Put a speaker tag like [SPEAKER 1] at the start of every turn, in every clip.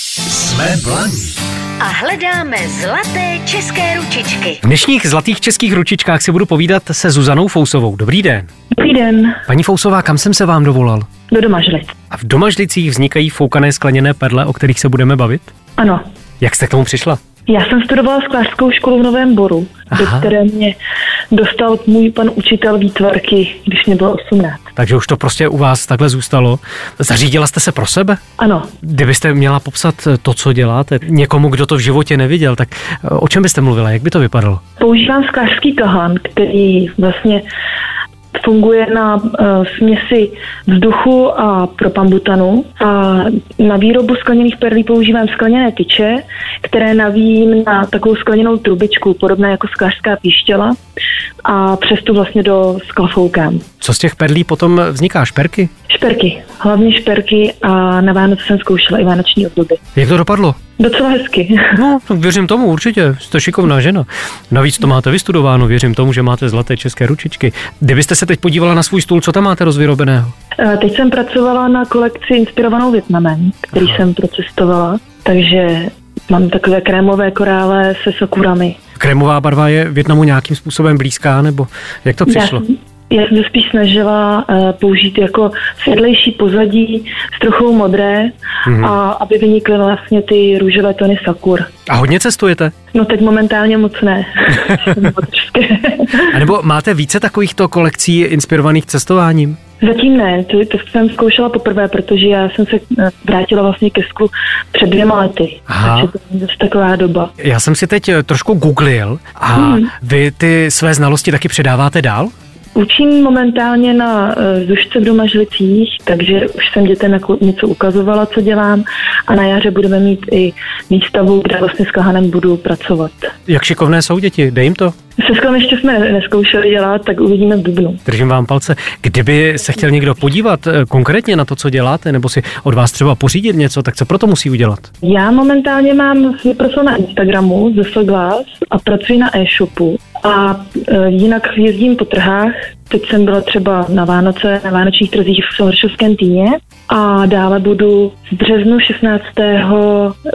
[SPEAKER 1] Jsme blaní.
[SPEAKER 2] a hledáme zlaté české ručičky.
[SPEAKER 3] V dnešních zlatých českých ručičkách si budu povídat se Zuzanou Fousovou. Dobrý den.
[SPEAKER 4] Dobrý den,
[SPEAKER 3] Paní Fousová, kam jsem se vám dovolal?
[SPEAKER 4] do domažlic.
[SPEAKER 3] A v domažlicích vznikají foukané skleněné perle, o kterých se budeme bavit?
[SPEAKER 4] Ano,
[SPEAKER 3] Jak jste k tomu přišla?
[SPEAKER 4] já jsem studovala sklářskou školu v Novém Boru,
[SPEAKER 3] Aha.
[SPEAKER 4] do které mě dostal můj pan učitel výtvarky, když mě bylo 18.
[SPEAKER 3] Takže už to prostě u vás takhle zůstalo. Zařídila jste se pro sebe?
[SPEAKER 4] Ano,
[SPEAKER 3] Kdybyste měla popsat to, co děláte, někomu, kdo to v životě neviděl, tak eh, o čem byste mluvila? Jak by to vypadalo?
[SPEAKER 4] používám sklářský kahán, který vlastně funguje na uh, směsi vzduchu a propambutanu. A na výrobu skleněných perlí používám skleněné tyče, které navíjím na takovou skleněnou trubičku, podobné jako sklářská píšťala, a přes tu vlastně do sklafoukám.
[SPEAKER 3] Co z těch perlí potom vzniká? Šperky?
[SPEAKER 4] Šperky, hlavně šperky a na Vánoce jsem zkoušela i vánoční obdoby.
[SPEAKER 3] Jak to dopadlo?
[SPEAKER 4] Docela hezky.
[SPEAKER 3] No, tak věřím tomu, určitě. Jste šikovná žena. Navíc to máte vystudováno, věřím tomu, že máte zlaté české ručičky. Kdybyste se teď podívala na svůj stůl, co tam máte rozvyrobeného?
[SPEAKER 4] Eh, Teď jsem pracovala na kolekci inspirovanou Větnamem, který
[SPEAKER 3] Aha.
[SPEAKER 4] jsem procestovala, takže mám takové krémové korále se sakurami.
[SPEAKER 3] Krémová barva je Větnamu nějakým způsobem blízká, nebo jak to přišlo?
[SPEAKER 4] Já, jsem- já jsem se spíš snažila eh, použít jako světlejší pozadí s trochou modré
[SPEAKER 3] Mhm.
[SPEAKER 4] a aby vynikly vlastně ty růžové tony sakur.
[SPEAKER 3] A hodně cestujete?
[SPEAKER 4] No teď momentálně moc ne. Jsem motorské.
[SPEAKER 3] A nebo máte více takovýchto kolekcí inspirovaných cestováním?
[SPEAKER 4] Zatím ne, to, to jsem zkoušela poprvé, protože já jsem se eh, vrátila vlastně ke sklu před dvěma lety.
[SPEAKER 3] Aha.
[SPEAKER 4] Takže to není zase taková doba.
[SPEAKER 3] Já jsem si teď eh, trošku googlil a hmm. vy ty své znalosti taky předáváte dál?
[SPEAKER 4] Učím momentálně na eh, Zušce v Domažlicích, takže už jsem dětem jako něco ukazovala, co dělám a na jaře budeme mít i výstavu, kde vlastně s Kahanem budu pracovat.
[SPEAKER 3] Jak šikovné jsou děti, dej jim to.
[SPEAKER 4] Se sklem ještě jsme ne- neskoušeli dělat, tak uvidíme v Dubnu.
[SPEAKER 3] Držím vám palce. Kdyby se chtěl někdo podívat eh, konkrétně na to, co děláte, nebo si od vás třeba pořídit něco, tak co proto musí udělat?
[SPEAKER 4] Já momentálně mám svůj profil na Instagramu ze Glass a pracuji na e-shopu. A e, jinak jezdím po trhách. Teď jsem byla třeba na Vánoce, na Vánočních trzích v Sohoršovském týně a dále budu v březnu 16.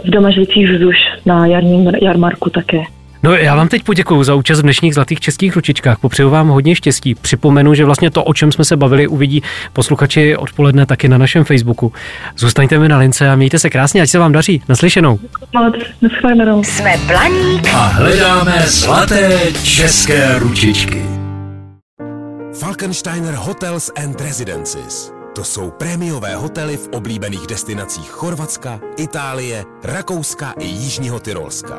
[SPEAKER 4] v Domažlicích Žuzuš na jarním jarmarku také.
[SPEAKER 3] No, já vám teď poděkuji za účast v dnešních Zlatých českých ručičkách. Popřeju vám hodně štěstí. Připomenu, že vlastně to, o čem jsme se bavili, uvidí posluchači odpoledne taky na našem Facebooku. Zůstaňte mi na lince a mějte se krásně, ať se vám daří. Naslyšenou.
[SPEAKER 4] Ale neschválenou.
[SPEAKER 2] Jsme Blaník
[SPEAKER 1] A hledáme zlaté české ručičky.
[SPEAKER 5] Falkensteiner Hotels and Residences. To jsou prémiové hotely v oblíbených destinacích Chorvatska, Itálie, Rakouska i Jižního Tyrolska.